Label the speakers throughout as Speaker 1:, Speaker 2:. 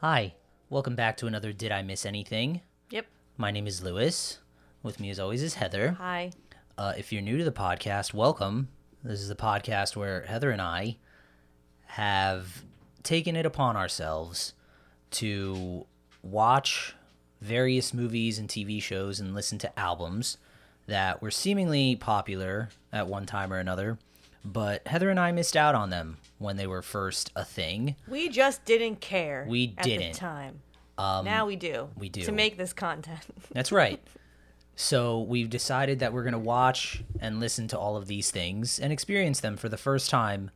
Speaker 1: Hi, welcome back to another Did I Miss Anything?
Speaker 2: Yep.
Speaker 1: My name is Lewis. With me, as always, is Heather.
Speaker 2: Hi.
Speaker 1: Uh, if you're new to the podcast, welcome. This is the podcast where Heather and I have taken it upon ourselves to watch various movies and TV shows and listen to albums that were seemingly popular at one time or another, but Heather and I missed out on them when they were first a thing.
Speaker 2: We just didn't care.
Speaker 1: We
Speaker 2: at
Speaker 1: didn't. Um,
Speaker 2: the time. now we do.
Speaker 1: we do.
Speaker 2: to make this content.
Speaker 1: That's right. So we've decided that we're going to watch and listen to all of these things and experience them for the first time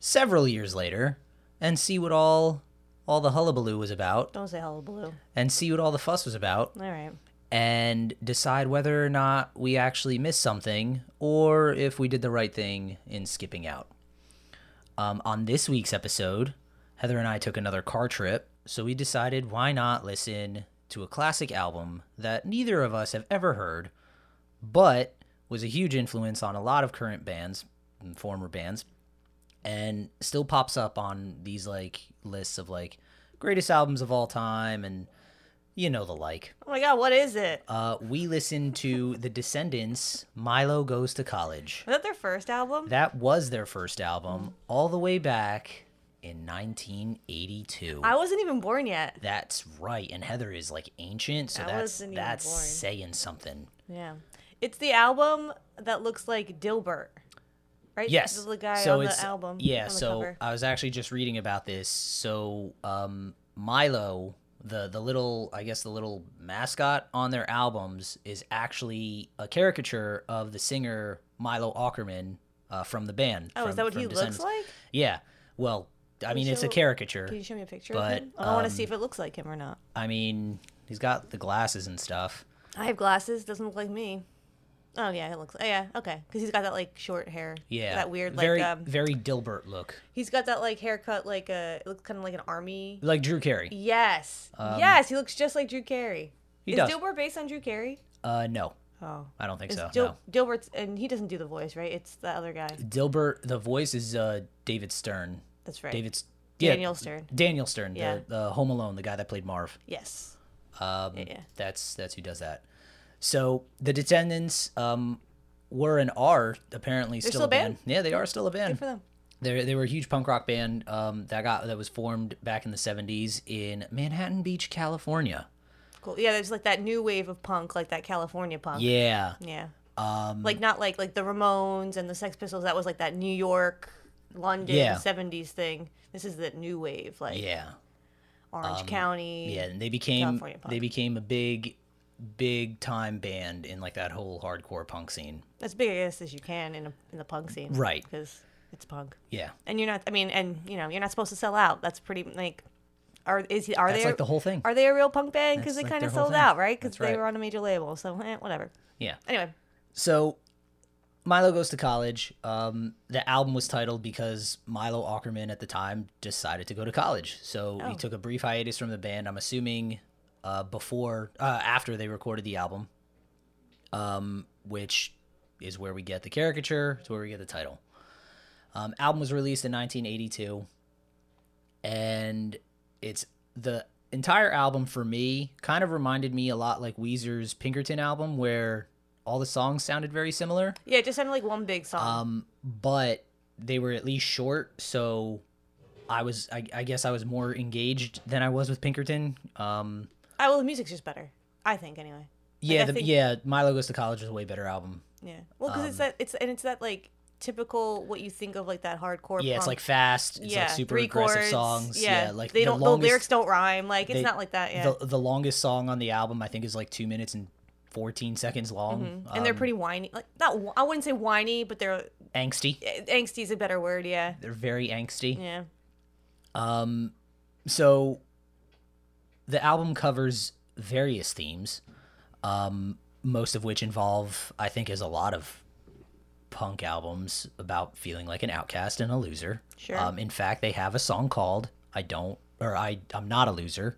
Speaker 1: several years later and see what all all the hullabaloo was about
Speaker 2: Don't say hullabaloo. All
Speaker 1: and see what all the fuss was about
Speaker 2: right.
Speaker 1: and decide whether or not we actually missed something or if we did the right thing in skipping out. Um, on this week's episode, Heather and I took another car trip, so we decided why not listen to a classic album that neither of us have ever heard, but was a huge influence on a lot of current bands and former bands, and still pops up on these like lists of like greatest albums of all time and you know the like.
Speaker 2: Oh my god, what is it?
Speaker 1: Uh, we listened to The Descendants, Milo Goes to College.
Speaker 2: Was that their first album?
Speaker 1: That was their first album all the way back in 1982.
Speaker 2: I wasn't even born yet.
Speaker 1: that's right. And Heather is like ancient, so
Speaker 2: I
Speaker 1: that's
Speaker 2: wasn't even
Speaker 1: that's
Speaker 2: born.
Speaker 1: saying something.
Speaker 2: Yeah. It's the album that looks like Dilbert. Right?
Speaker 1: Yes.
Speaker 2: This is the guy
Speaker 1: so
Speaker 2: on
Speaker 1: it's,
Speaker 2: the album. on
Speaker 1: Yeah,
Speaker 2: the
Speaker 1: so
Speaker 2: cover.
Speaker 1: I was actually just reading about this. So um, Milo, the the little I guess the little mascot on their albums is actually a caricature of the singer Milo Ackerman uh, from the band.
Speaker 2: Oh,
Speaker 1: from,
Speaker 2: is that what
Speaker 1: from
Speaker 2: he looks
Speaker 1: Descendants.
Speaker 2: like?
Speaker 1: Yeah. Well, I mean, it's a
Speaker 2: show-
Speaker 1: caricature.
Speaker 2: Can you show me a picture
Speaker 1: But,
Speaker 2: of him? Oh, I want
Speaker 1: um,
Speaker 2: to see if it looks like him or not.
Speaker 1: I mean, he's got the glasses and stuff.
Speaker 2: I have glasses. Doesn't look like me. Oh yeah, it looks. Oh, yeah, okay. Because he's got that like short hair.
Speaker 1: Yeah.
Speaker 2: That weird like
Speaker 1: very
Speaker 2: um.
Speaker 1: very Dilbert look,
Speaker 2: He's got that like haircut, like a it looks kind of like an army.
Speaker 1: like Drew Carey.
Speaker 2: Yes, yes, he looks just like Drew Carey.
Speaker 1: Um, He
Speaker 2: is
Speaker 1: does.
Speaker 2: Dilbert based on Drew Carey?
Speaker 1: Uh, no,
Speaker 2: Oh,
Speaker 1: I don't think
Speaker 2: It's
Speaker 1: so.
Speaker 2: Dil-
Speaker 1: no.
Speaker 2: Dilbert's and he doesn't do the voice, right? It's the other guy.
Speaker 1: Dilbert, the voice is uh David Stern.
Speaker 2: That's right.
Speaker 1: David's yeah,
Speaker 2: Daniel Stern.
Speaker 1: Daniel Stern,
Speaker 2: Yeah.
Speaker 1: the, the Home Alone, the guy that played Marv.
Speaker 2: Yes.
Speaker 1: Um,
Speaker 2: yeah.
Speaker 1: That's that's who does that. So the Descendants um, were and are apparently still,
Speaker 2: still a band?
Speaker 1: Yeah, they are still a band.
Speaker 2: For them.
Speaker 1: They they were a huge punk rock band um, that got that was formed back in the '70s in Manhattan Beach, California.
Speaker 2: Cool. Yeah, there's like that new wave of punk, like that California punk.
Speaker 1: Yeah,
Speaker 2: Yeah. Um, like not like like the Ramones and the Sex Pistols. That was like that New York, London
Speaker 1: Yeah.
Speaker 2: '70s thing. This is the new wave, like
Speaker 1: yeah, Um,
Speaker 2: Orange County.
Speaker 1: yeah. And they became
Speaker 2: California punk.
Speaker 1: they became a big, big time band in like that whole hardcore punk scene.
Speaker 2: As big I guess as you can in a, in the punk scene,
Speaker 1: Right.
Speaker 2: Because it's punk.
Speaker 1: Yeah,
Speaker 2: and you're not i mean and you know you're not supposed to sell out that's pretty like are is he are
Speaker 1: that's
Speaker 2: they
Speaker 1: like the whole thing.
Speaker 2: are they a real punk band because they
Speaker 1: That's like
Speaker 2: kind
Speaker 1: their
Speaker 2: of
Speaker 1: whole
Speaker 2: sold
Speaker 1: thing.
Speaker 2: out right because
Speaker 1: That's
Speaker 2: they
Speaker 1: right.
Speaker 2: were on a major label so eh, whatever
Speaker 1: yeah.
Speaker 2: anyway
Speaker 1: So, Milo goes to college. Um, the album was titled because Milo Ackerman at the time decided to go to college. So he took a brief hiatus from the band. I'm assuming uh, before, uh, after they recorded the album, um, which is where we get the caricature. It's where we get the title. Um, album was released in 1982, and it's the entire album for me kind of reminded me a lot like Weezer's Pinkerton album, where all the songs sounded very similar
Speaker 2: yeah it just sounded like one big song
Speaker 1: um but they were at least short so i was I, I guess i was more engaged than i was with pinkerton um
Speaker 2: oh well the music's just better i think anyway
Speaker 1: yeah
Speaker 2: I
Speaker 1: the,
Speaker 2: think-
Speaker 1: yeah milo goes to college was a way better album
Speaker 2: yeah well because
Speaker 1: Um,
Speaker 2: it's that it's and it's that like typical what you think of like that hardcore
Speaker 1: yeah it's
Speaker 2: punk.
Speaker 1: like fast it's
Speaker 2: Um, yeah
Speaker 1: like super
Speaker 2: three
Speaker 1: aggressive
Speaker 2: chords,
Speaker 1: songs yeah, like
Speaker 2: they
Speaker 1: the
Speaker 2: don't
Speaker 1: longest,
Speaker 2: the lyrics don't rhyme like it's
Speaker 1: they-
Speaker 2: not like that yeah
Speaker 1: the, the longest song on the album i think is like two minutes and 14 seconds long
Speaker 2: Mm-hmm. and
Speaker 1: Um,
Speaker 2: they're pretty whiny like not wh- i wouldn't say whiny but they're eh,
Speaker 1: angsty
Speaker 2: angsty is a better word yeah
Speaker 1: they're very angsty
Speaker 2: yeah
Speaker 1: Um, so the album covers various themes um most of which involve i think as a lot of punk albums about feeling like an outcast and a loser
Speaker 2: Sure.
Speaker 1: um in fact they have a song called i don't or i i'm not a loser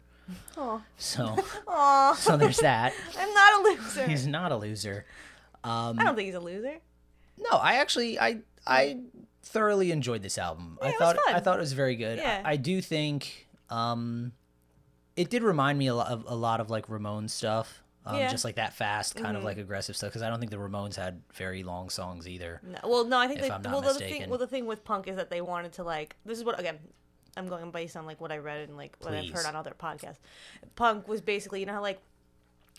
Speaker 2: Aw.
Speaker 1: so
Speaker 2: Aw.
Speaker 1: so there's that
Speaker 2: I'm not a loser.
Speaker 1: he's not a loser
Speaker 2: I don't think he's a loser.
Speaker 1: No, I actually I I thoroughly enjoyed this album. I
Speaker 2: Hmm. it was
Speaker 1: thought
Speaker 2: fun.
Speaker 1: I thought it was very good.
Speaker 2: Yeah.
Speaker 1: I, I do think um it did remind me a lot of a lot of like Ramones stuff. Um,
Speaker 2: Yeah. Mm-hmm.
Speaker 1: Just like that fast, kind of like aggressive stuff. Because I don't think the Ramones had very long songs either.
Speaker 2: No, well, no, I think
Speaker 1: If
Speaker 2: they.
Speaker 1: I'm not
Speaker 2: well, the thing,
Speaker 1: mistaken.
Speaker 2: well, the thing with punk is that they wanted to like. This is what again. I'm going based on like what I read and like what I've
Speaker 1: Please.
Speaker 2: heard on other podcasts. Punk was basically you know how like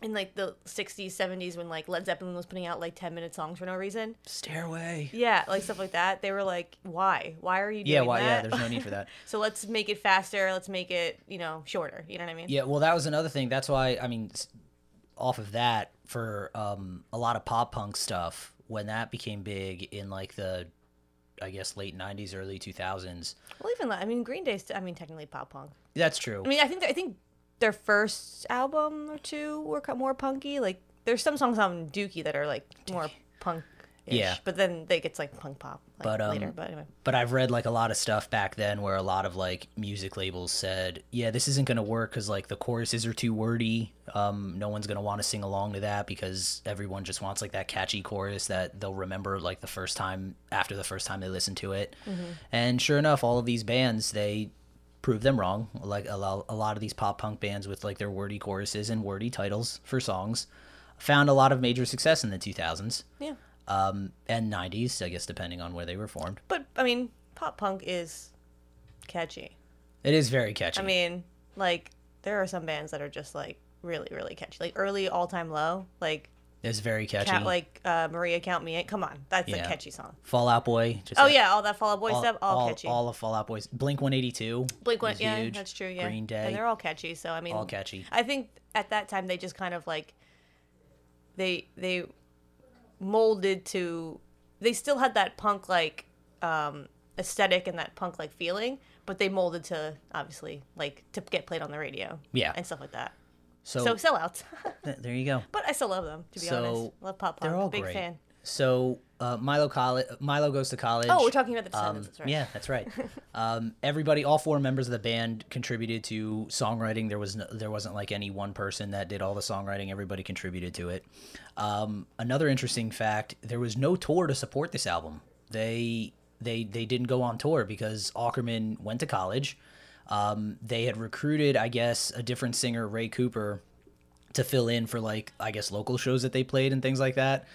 Speaker 2: in like the 60s 70s when like led zeppelin was putting out like 10 minute songs for no reason
Speaker 1: Stairway.
Speaker 2: yeah like stuff like that they were like why why are you doing
Speaker 1: Yeah, why? Yeah,
Speaker 2: that
Speaker 1: there's no need for that.
Speaker 2: so let's make it faster let's make it you know shorter you know what i mean
Speaker 1: Yeah, well, that was another thing. That's why I mean, s- off of that for um, a lot of pop punk stuff when that became big in like the, I guess late '90s, early 2000s.
Speaker 2: well even like- i mean green day's i mean technically pop punk
Speaker 1: That's true.
Speaker 2: I mean, I think I think their first album or two were co- more punky. Like there's some songs on Dookie that are like more punk.
Speaker 1: Yeah.
Speaker 2: But then they gets like punk pop like,
Speaker 1: But, um,
Speaker 2: later. But anyway,
Speaker 1: but I've read like a lot of stuff back then where a lot of like music labels said, yeah, this isn't going to work because like the choruses are too wordy. Um, no one's going to want to sing along to that because everyone just wants like that catchy chorus that they'll remember like the first time after the first time they listen to it. And sure enough, all of these bands, they prove them wrong. Like a lot, a lot of these pop punk bands with like their wordy choruses and wordy titles for songs found a lot of major success in the 2000s
Speaker 2: yeah.
Speaker 1: um, and 90s, I guess, depending on where they were formed.
Speaker 2: But I mean, pop punk is catchy.
Speaker 1: It is very catchy.
Speaker 2: I mean, like there are some bands that are just like really really catchy. Like early All Time Low, like
Speaker 1: it's very catchy.
Speaker 2: count, like uh, Maria Count Me In. Come on, that's a
Speaker 1: Yeah.
Speaker 2: catchy song.
Speaker 1: Fall Out Boy. Just
Speaker 2: Oh
Speaker 1: like
Speaker 2: yeah, all that Fall Out Boy
Speaker 1: all,
Speaker 2: stuff, all,
Speaker 1: all,
Speaker 2: catchy.
Speaker 1: all of Fall Out Boys. Blink 182.
Speaker 2: Blink one,
Speaker 1: is
Speaker 2: yeah,
Speaker 1: huge.
Speaker 2: that's true. Yeah,
Speaker 1: Green
Speaker 2: and
Speaker 1: Day.
Speaker 2: they're all catchy. So I mean,
Speaker 1: all catchy.
Speaker 2: I think at that time they just kind of like they they molded to they still had that punk like um aesthetic and that punk like feeling, but they molded to obviously like to get played on the radio.
Speaker 1: Yeah.
Speaker 2: And stuff like that.
Speaker 1: So,
Speaker 2: so sellouts.
Speaker 1: th- there you go.
Speaker 2: but I still love them, to be
Speaker 1: So,
Speaker 2: honest. Love pop punk.
Speaker 1: They're all
Speaker 2: Big
Speaker 1: great.
Speaker 2: fan.
Speaker 1: So uh, Milo Coll- Milo goes to college.
Speaker 2: Oh, we're talking about the
Speaker 1: Um,
Speaker 2: descendants, that's right.
Speaker 1: Yeah, that's right. um, everybody, all four members of the band contributed to songwriting. There was no, there wasn't like any one person that did all the songwriting. Everybody contributed to it. Um, another interesting fact: there was no tour to support this album. They they they didn't go on tour because Ackerman went to college. Um, they had recruited, I guess, a different singer, Ray Cooper, to fill in for like I guess local shows that they played and things like that.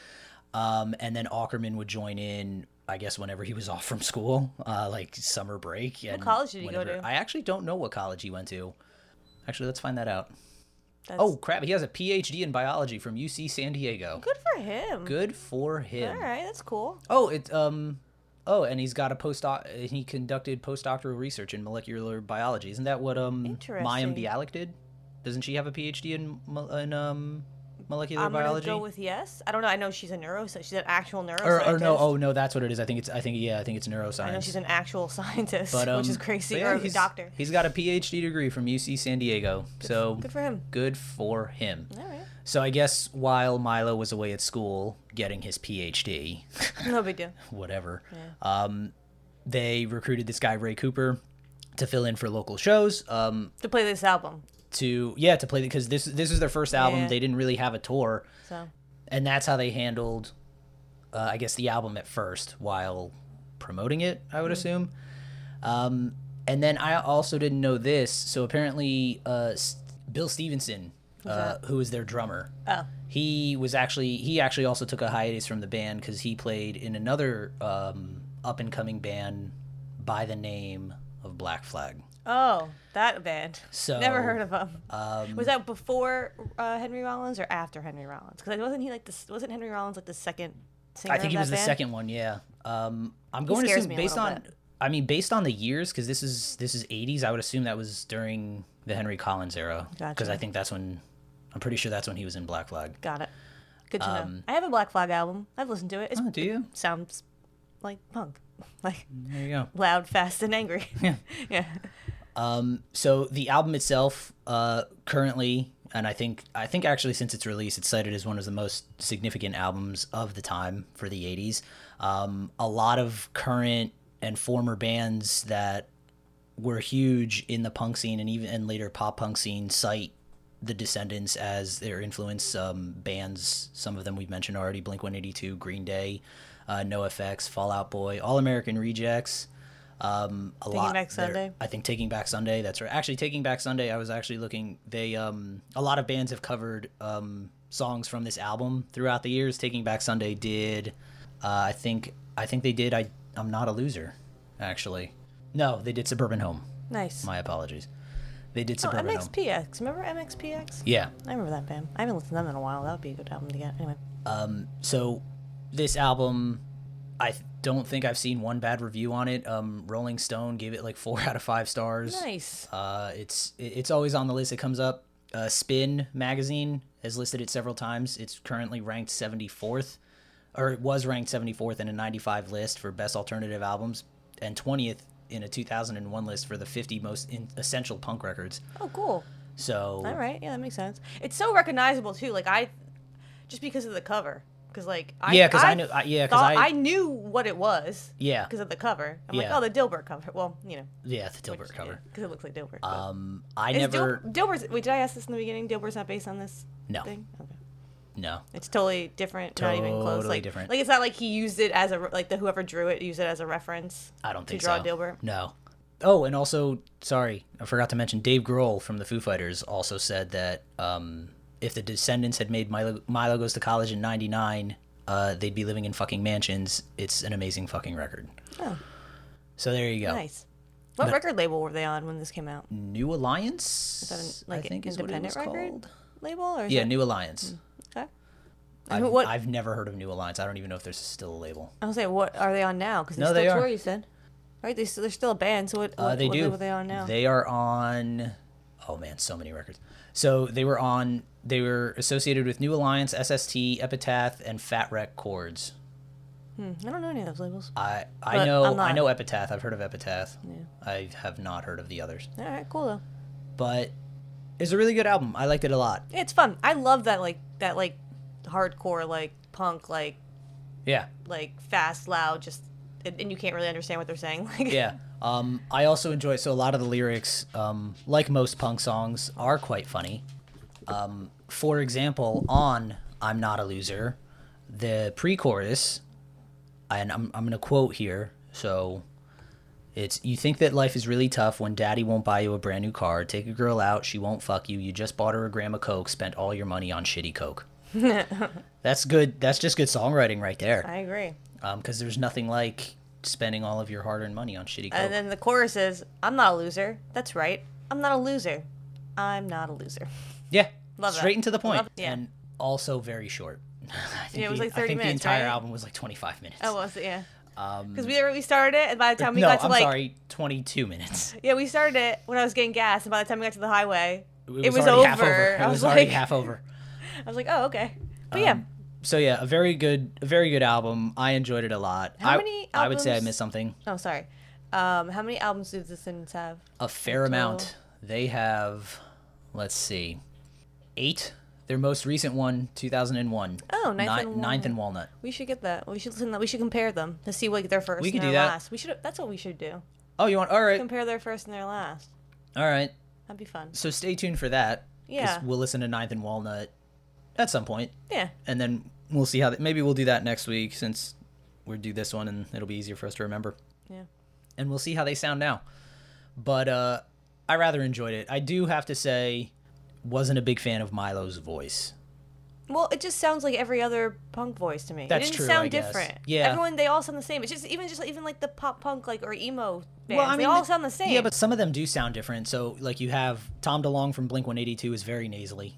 Speaker 1: Um, and then Ackerman would join in, I guess, whenever he was off from school, uh, like summer break. And
Speaker 2: college did he go to?
Speaker 1: I actually don't know what college he went to. Actually, let's find that out.
Speaker 2: That's
Speaker 1: Oh crap! He has a PhD in biology from UC San Diego.
Speaker 2: good for him.
Speaker 1: Good for
Speaker 2: All
Speaker 1: him.
Speaker 2: right, that's cool.
Speaker 1: Oh, it um, oh, and he's got a postdoc. uh, He conducted postdoctoral research in molecular biology. Isn't that what um Mayim
Speaker 2: Interesting.
Speaker 1: Bialik did? Doesn't she have a PhD in mo- in um molecular
Speaker 2: I'm
Speaker 1: biology?
Speaker 2: gonna go with yes. I don't know. I know she's a neuroscientist. She's an actual neuroscientist.
Speaker 1: or, or no, oh no, that's what it is. I think it's I think yeah, I think it's neuroscience.
Speaker 2: I know she's an actual scientist,
Speaker 1: but, um,
Speaker 2: which is
Speaker 1: but
Speaker 2: crazy.
Speaker 1: yeah,
Speaker 2: or a
Speaker 1: he's-
Speaker 2: doctor.
Speaker 1: He's got a PhD degree from UC San Diego. so
Speaker 2: Good for him.
Speaker 1: good for him.
Speaker 2: All right.
Speaker 1: So I guess while Milo was away at school getting his PhD,
Speaker 2: No big deal.
Speaker 1: whatever. Um, they recruited this guy Ray Cooper to fill in for local shows. Um,
Speaker 2: To play this album.
Speaker 1: to yeah, to play because this this was their first album.
Speaker 2: Yeah.
Speaker 1: They didn't really have a tour,
Speaker 2: So
Speaker 1: and that's how they handled, uh, I guess, the album at first while promoting it. I would assume. Um, and then I also didn't know this, so apparently, uh, S- Bill Stevenson, uh, who is their drummer,
Speaker 2: Oh.
Speaker 1: he was actually he actually also took a hiatus from the band because he played in another um, up and coming band by the name of Black Flag.
Speaker 2: Oh, that band.
Speaker 1: So-
Speaker 2: Never heard of them. was that before uh, Henry Rollins or after Henry Rollins? Because wasn't he like this? Wasn't Henry Rollins like the second singer?
Speaker 1: I think
Speaker 2: of
Speaker 1: he
Speaker 2: that
Speaker 1: was the
Speaker 2: band?
Speaker 1: second one. Yeah. Um, I'm going to
Speaker 2: scares
Speaker 1: assume
Speaker 2: me a
Speaker 1: based
Speaker 2: little
Speaker 1: on. I mean, based on the years, because this is this is 80s. I would assume that was during the Henry Collins era. Because
Speaker 2: Gotcha.
Speaker 1: I think that's when. I'm pretty sure that's when he was in Black Flag.
Speaker 2: Got it. Good to know. I have a Black Flag album. I've listened to it. It
Speaker 1: Oh, do you?
Speaker 2: sounds like punk, like
Speaker 1: There you go.
Speaker 2: loud, fast, and angry. Yeah. yeah.
Speaker 1: so the album itself uh currently and i think i think actually since its release it's cited as one of the most significant albums of the time for the 80s um a lot of current and former bands that were huge in the punk scene and even and later pop punk scene cite the descendants as their influence um bands some of them we've mentioned already blink 182 green day uh, no effects fallout boy all american rejects Um, a
Speaker 2: Taking
Speaker 1: lot.
Speaker 2: Back
Speaker 1: They're-
Speaker 2: Sunday?
Speaker 1: I think Taking Back Sunday. That's right. Actually, Taking Back Sunday. I was actually looking. They um, a lot of bands have covered um, songs from this album throughout the years. Taking Back Sunday did. Uh, I think I think they did. I I'm not a loser, actually. No, they did Suburban Home.
Speaker 2: Nice.
Speaker 1: My apologies. They did
Speaker 2: oh,
Speaker 1: Suburban Home.
Speaker 2: MXPX. Remember MXPX?
Speaker 1: Yeah.
Speaker 2: I remember that band. I haven't listened to them in a while. That would be a good album to get. Anyway.
Speaker 1: so this album i th- don't think i've seen one bad review on it um rolling stone gave it like four out of five stars
Speaker 2: Nice.
Speaker 1: uh it's it- it's always on the list it comes up uh spin magazine has listed it several times it's currently ranked 74th or it was ranked 74th in a 95 list for best alternative albums and 20th in a 2001 list for the 50 most in- essential punk records
Speaker 2: Oh, cool.
Speaker 1: so
Speaker 2: All right. Yeah, that makes sense. It's so recognizable too. Like I, just because of the cover. Because like I
Speaker 1: Yeah, 'cause I knew- I- yeah, 'cause
Speaker 2: thought-
Speaker 1: I-
Speaker 2: I knew what it was.
Speaker 1: yeah
Speaker 2: Because of the cover. I'm
Speaker 1: Yeah.
Speaker 2: like, oh, the Dilbert cover. Well, you know,
Speaker 1: yeah the tilbert cover
Speaker 2: because it looks like Dilbert. but-
Speaker 1: um i
Speaker 2: Is
Speaker 1: never
Speaker 2: Dil- Dilbert's. Wait, did I ask this in the beginning? Dilbert's not based on this
Speaker 1: No.
Speaker 2: thing. Okay.
Speaker 1: no
Speaker 2: It's totally different. not even close.
Speaker 1: Totally
Speaker 2: Like,
Speaker 1: different.
Speaker 2: Like it's not like he used it as a re- like the whoever drew it used it as a reference.
Speaker 1: I don't think
Speaker 2: draw
Speaker 1: so.
Speaker 2: Dilbert?
Speaker 1: No. Oh, and also, sorry, I forgot to mention Dave Grohl from the Foo Fighters also said that um, if the Descendants had made Milo, Milo Goes to College in '99, uh, they'd be living in fucking mansions. It's an amazing fucking record.
Speaker 2: Oh.
Speaker 1: So there you go.
Speaker 2: Nice. What record label were they on when this came out?
Speaker 1: New Alliance.
Speaker 2: Is that an, like
Speaker 1: Mm, I think
Speaker 2: an
Speaker 1: is what it
Speaker 2: independent
Speaker 1: was
Speaker 2: record
Speaker 1: called.
Speaker 2: label or is
Speaker 1: Yeah,
Speaker 2: it-
Speaker 1: New Alliance.
Speaker 2: okay. And
Speaker 1: I've,
Speaker 2: who- what
Speaker 1: I've never heard of New Alliance. I don't even know if there's still a label.
Speaker 2: I was like, what are they on now? Because
Speaker 1: No,
Speaker 2: still
Speaker 1: they are.
Speaker 2: tour, you said. Right, they still, they're still a band. So what?
Speaker 1: Uh,
Speaker 2: what
Speaker 1: they
Speaker 2: what
Speaker 1: do.
Speaker 2: label are they on now?
Speaker 1: They are on. Oh man, so many records. So they were on. They were associated with New Alliance, SST, Epitaph, and Fat Wreck Chords.
Speaker 2: I don't know any of those labels.
Speaker 1: I I
Speaker 2: But
Speaker 1: know
Speaker 2: I'm
Speaker 1: I
Speaker 2: not-
Speaker 1: know Epitaph. I've heard of Epitaph. I have not heard of the others,
Speaker 2: All right, cool though.
Speaker 1: but it's a really good album. I liked it a lot.
Speaker 2: Yeah, it's fun. I love that like that like hardcore like punk like
Speaker 1: Yeah,
Speaker 2: like fast, loud, just and, and you can't really understand what they're saying. Like,
Speaker 1: yeah. Um, I also enjoy so a lot of the lyrics, um, like most punk songs, are quite funny. Um, for example, on "I'm Not a Loser," the pre-chorus, and I'm I'm gonna quote here. So it's you think that life is really tough when daddy won't buy you a brand new car, take a girl out, she won't fuck you, you just bought her a gram of coke, spent all your money on shitty coke. that's good. That's just good songwriting right there.
Speaker 2: I agree.
Speaker 1: Um, because there's nothing like spending all of your hard-earned money on shitty coke.
Speaker 2: And then the chorus is, "I'm not a loser." That's right. I'm not a loser. I'm not a loser.
Speaker 1: Yeah.
Speaker 2: Love that.
Speaker 1: Straight into the point.
Speaker 2: Love- yeah.
Speaker 1: And also very short. I think
Speaker 2: Yeah, it was
Speaker 1: the,
Speaker 2: like
Speaker 1: I
Speaker 2: 30
Speaker 1: think
Speaker 2: minutes,
Speaker 1: the entire
Speaker 2: right?
Speaker 1: album was like 25 minutes.
Speaker 2: Oh, well, so, yeah. Because we we started it, and by the time we
Speaker 1: Um, no,
Speaker 2: got to
Speaker 1: I'm
Speaker 2: like
Speaker 1: sorry, 22 minutes.
Speaker 2: yeah, we started it when I was getting gas, and by the time we got to the highway, it was,
Speaker 1: already
Speaker 2: over.
Speaker 1: half over. It
Speaker 2: I
Speaker 1: was,
Speaker 2: was,
Speaker 1: already
Speaker 2: like,
Speaker 1: half Um, over.
Speaker 2: I was like, oh okay. But yeah,
Speaker 1: So yeah, a very good, a very good album. I enjoyed it a lot.
Speaker 2: How
Speaker 1: I,
Speaker 2: many
Speaker 1: I would say I
Speaker 2: albums-
Speaker 1: missed something.
Speaker 2: oh sorry. Um, how many albums do the Sims have?
Speaker 1: A fair amount. They have, let's see, eight. Their most recent one, 2001.
Speaker 2: Oh, Ninth
Speaker 1: Ni-
Speaker 2: and
Speaker 1: Ninth and Walnut.
Speaker 2: We should get that. We should listen. To, we should compare them to see what their first.
Speaker 1: We
Speaker 2: and
Speaker 1: could
Speaker 2: their
Speaker 1: do that.
Speaker 2: Last. We should. That's what we should do.
Speaker 1: Oh, you want? All right,
Speaker 2: Compare their first and their last.
Speaker 1: all right.
Speaker 2: That'd be fun.
Speaker 1: So stay tuned for that. 'cause
Speaker 2: Yeah.
Speaker 1: We'll listen to Ninth and Walnut at some point.
Speaker 2: Yeah.
Speaker 1: and then we'll see how that maybe we'll do that next week since we do this one and it'll be easier for us to remember
Speaker 2: Yeah.
Speaker 1: and we'll see how they sound now but uh i rather enjoyed it i do have to say wasn't a big fan of milo's voice
Speaker 2: Well, it just sounds like every other punk voice to me.
Speaker 1: That's
Speaker 2: it didn't
Speaker 1: true,
Speaker 2: sound
Speaker 1: I guess.
Speaker 2: different.
Speaker 1: Yeah.
Speaker 2: Everyone they all sound the same. It's just even just like- even like the pop punk like or emo bands. they
Speaker 1: mean,
Speaker 2: all
Speaker 1: the-
Speaker 2: sound the same.
Speaker 1: yeah but some of them do sound different so like you have tom delong from blink 182 is very nasally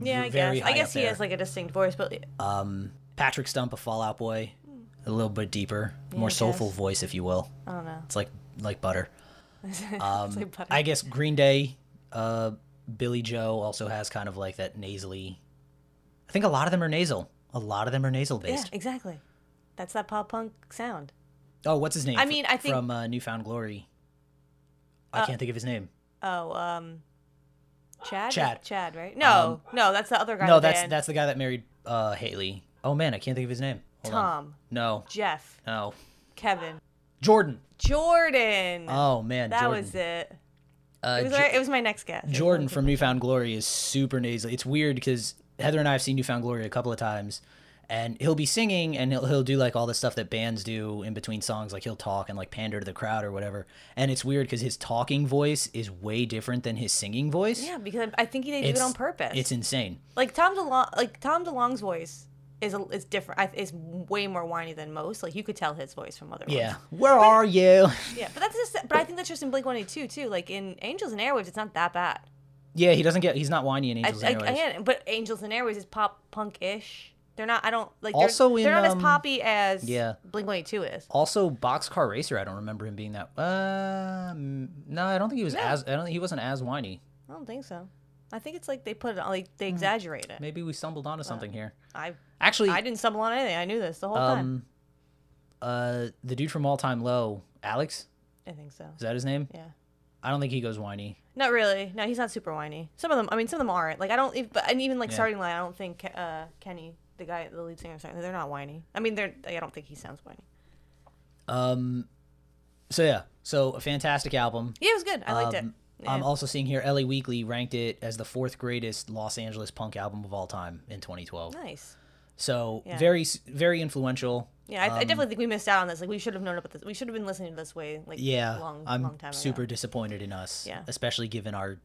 Speaker 2: yeah, I
Speaker 1: very
Speaker 2: guess. I
Speaker 1: high
Speaker 2: guess
Speaker 1: up
Speaker 2: he
Speaker 1: there.
Speaker 2: has like a distinct voice, but
Speaker 1: um patrick stump a fallout boy a little bit deeper
Speaker 2: I
Speaker 1: more
Speaker 2: guess.
Speaker 1: soulful voice if you will
Speaker 2: I don't know.
Speaker 1: it's like like butter
Speaker 2: it's like butter.
Speaker 1: um, I guess Green Day, uh, Billy Joe also has kind of like that nasally. I think a lot of them are nasal. A lot of them are nasal
Speaker 2: yeah,
Speaker 1: based.
Speaker 2: exactly. That's that pop punk sound.
Speaker 1: Oh, what's his name?
Speaker 2: I
Speaker 1: fr-
Speaker 2: mean, I think- Uh,
Speaker 1: from uh, Newfound Glory. I can't think of his name.
Speaker 2: Oh, um Chad?
Speaker 1: Chad. Um,
Speaker 2: Chad, right? No. no, that's the other guy.
Speaker 1: No,
Speaker 2: in the
Speaker 1: that's
Speaker 2: band.
Speaker 1: that's the guy that married uh, Haley. Oh man, I can't think of his name. Hold on.
Speaker 2: Tom,
Speaker 1: No,
Speaker 2: Jeff,
Speaker 1: no,
Speaker 2: Kevin,
Speaker 1: Jordan.
Speaker 2: Jordan.
Speaker 1: Oh man,
Speaker 2: that
Speaker 1: Jordan.
Speaker 2: was it.
Speaker 1: Uh,
Speaker 2: It was,
Speaker 1: Jo-
Speaker 2: our- it was my next guess.
Speaker 1: Jordan from Newfound Glory is super nasally. It's weird because Heather and I have seen Newfound Glory a couple of times, and he'll be singing and he'll, he'll do like all the stuff that bands do in between songs like he'll talk and like pander to the crowd or whatever and it's weird because his talking voice is way different than his singing voice
Speaker 2: Yeah, because I think they do it
Speaker 1: It's-
Speaker 2: on purpose.
Speaker 1: it's insane
Speaker 2: like Tom DeLong, like Tom DeLong's voice is a, is different. I, is way more whiny than most. Like you could tell his voice from other ones.
Speaker 1: yeah where are you
Speaker 2: Yeah, but that's just. But I think that's just in Blink One Eight Two too. Like in Angels and Airwaves, it's not that bad.
Speaker 1: yeah he doesn't get he's not whiny in
Speaker 2: I,
Speaker 1: angels
Speaker 2: I,
Speaker 1: Anyways.
Speaker 2: again, but Angels and Airwaves is pop punk ish. They're not. I don't like.
Speaker 1: Also
Speaker 2: they're,
Speaker 1: in,
Speaker 2: they're not
Speaker 1: um,
Speaker 2: as poppy as
Speaker 1: yeah.
Speaker 2: Blink One Eight Two is.
Speaker 1: also boxcar racer i don't remember him being that uh mm, no i don't think he was as i don't think he wasn't as whiny
Speaker 2: I don't think so. I think it's like they put it on, like
Speaker 1: Mm.
Speaker 2: they exaggerate it.
Speaker 1: maybe we stumbled onto something here
Speaker 2: I
Speaker 1: actually
Speaker 2: I didn't stumble on anything. I knew this the whole time.
Speaker 1: um uh the dude from all time low alex
Speaker 2: I think so.
Speaker 1: is that his name
Speaker 2: Yeah.
Speaker 1: i don't think he goes whiny
Speaker 2: Not really. No, he's not super whiny. Some of them, I mean, some of them aren't. Like I don't, ev- but and even like starting line, I don't think uh, Kenny, the guy, the lead singer, they're not whiny. I mean, they're. I don't think he sounds whiny.
Speaker 1: Um, So yeah, so a fantastic album.
Speaker 2: Yeah, it was good. I liked
Speaker 1: Um,
Speaker 2: it. Yeah.
Speaker 1: I'm also seeing here LA Weekly ranked it as the fourth greatest Los Angeles punk album of all time in 2012.
Speaker 2: nice.
Speaker 1: So
Speaker 2: Yeah.
Speaker 1: very s- very influential.
Speaker 2: Yeah, I, I
Speaker 1: um,
Speaker 2: definitely think we missed out on this. Like we should have known about this. We should have been listening to this way like
Speaker 1: Yeah,
Speaker 2: long,
Speaker 1: I'm
Speaker 2: long time ago.
Speaker 1: super disappointed in us,
Speaker 2: Yeah.
Speaker 1: especially given our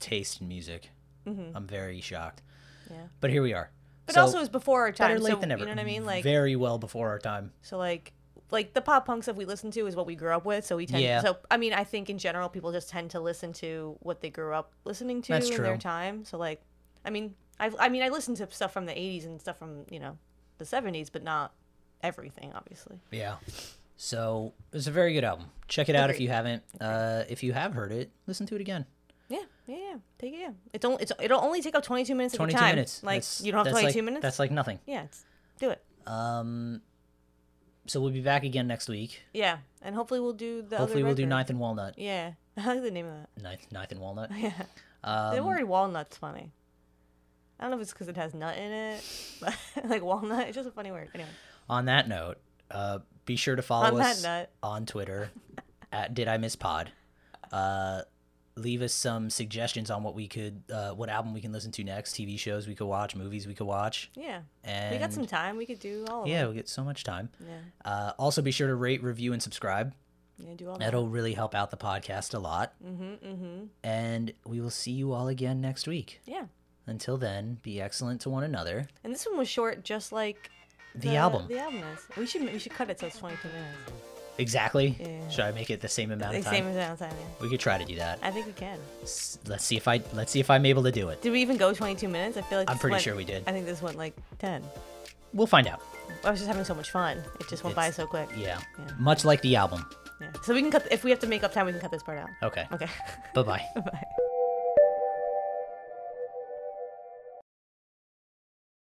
Speaker 1: taste in music. I'm very shocked.
Speaker 2: Mm-hmm. Yeah.
Speaker 1: But here we are.
Speaker 2: But
Speaker 1: So,
Speaker 2: also, it was before our time.
Speaker 1: better late
Speaker 2: so,
Speaker 1: than never.
Speaker 2: You know what I mean? Like
Speaker 1: very well before our time.
Speaker 2: so, like like the pop punk stuff we listen to is what we grew up with. So we tend.
Speaker 1: Yeah.
Speaker 2: So I mean, I think in general, people just tend to listen to what they grew up listening to
Speaker 1: That's
Speaker 2: in their
Speaker 1: true.
Speaker 2: time. So like, I mean, I I mean, I listened to stuff from the '80s and stuff from you know the '70s, but not everything, obviously.
Speaker 1: Yeah. So it's a very good album. Check it out if
Speaker 2: Agreed.
Speaker 1: you haven't. Uh, if you have heard it, listen to it again.
Speaker 2: Yeah, yeah, yeah. Take it. Yeah, it's only it's, it'll only take up 22 minutes. of your
Speaker 1: 22
Speaker 2: time.
Speaker 1: minutes.
Speaker 2: Like
Speaker 1: That's-
Speaker 2: you don't have
Speaker 1: that's
Speaker 2: 22
Speaker 1: like-
Speaker 2: minutes.
Speaker 1: That's like nothing. Um,
Speaker 2: yeah, it's, do it.
Speaker 1: So we'll be back again next week.
Speaker 2: Yeah, and hopefully we'll do the.
Speaker 1: Hopefully
Speaker 2: other
Speaker 1: we'll do
Speaker 2: record.
Speaker 1: Ninth and Walnut.
Speaker 2: Yeah, I like the name of that.
Speaker 1: Ninth, ninth and Walnut.
Speaker 2: Yeah,
Speaker 1: Um,
Speaker 2: the word walnut's funny. I don't know if it's because it has nut in it, but like walnut, it's just a funny word. Anyway,
Speaker 1: On that note, uh, be sure to follow
Speaker 2: On that
Speaker 1: us
Speaker 2: note.
Speaker 1: on Twitter at Did I Miss Pod. Uh, leave us some suggestions on what we could, uh, what album we can listen to next, TV shows we could watch, movies we could watch,
Speaker 2: yeah,
Speaker 1: and
Speaker 2: we got some time. We could do all of
Speaker 1: yeah,
Speaker 2: them.
Speaker 1: we get so much time.
Speaker 2: Yeah,
Speaker 1: Uh, also, be sure to rate, review, and subscribe.
Speaker 2: yeah, do all that.
Speaker 1: That'll really help out the podcast a lot. Mm-hmm, mm-hmm. And we will see you all again next week.
Speaker 2: Yeah,
Speaker 1: Until then, be excellent to one another.
Speaker 2: and this one was short, just like
Speaker 1: The album.
Speaker 2: The album is. We should we should cut it so it's 22 minutes.
Speaker 1: Exactly.
Speaker 2: Yeah.
Speaker 1: Should I make it the same amount
Speaker 2: The
Speaker 1: of time?
Speaker 2: same as last time. yeah.
Speaker 1: We could try to do that.
Speaker 2: I think we can.
Speaker 1: S- Let's see if I let's see if I'm able to do it.
Speaker 2: Did we even go 22 minutes? I feel like
Speaker 1: I'm
Speaker 2: this
Speaker 1: pretty
Speaker 2: went-
Speaker 1: sure we did.
Speaker 2: I think this went like 10.
Speaker 1: We'll find out.
Speaker 2: I was just having so much fun. It just went by
Speaker 1: It's-
Speaker 2: so quick.
Speaker 1: Yeah.
Speaker 2: Yeah.
Speaker 1: Much like the album.
Speaker 2: Yeah. So we can cut. If we have to make up time, we can cut this part out.
Speaker 1: Okay.
Speaker 2: Okay.
Speaker 1: Bye bye.
Speaker 2: Bye.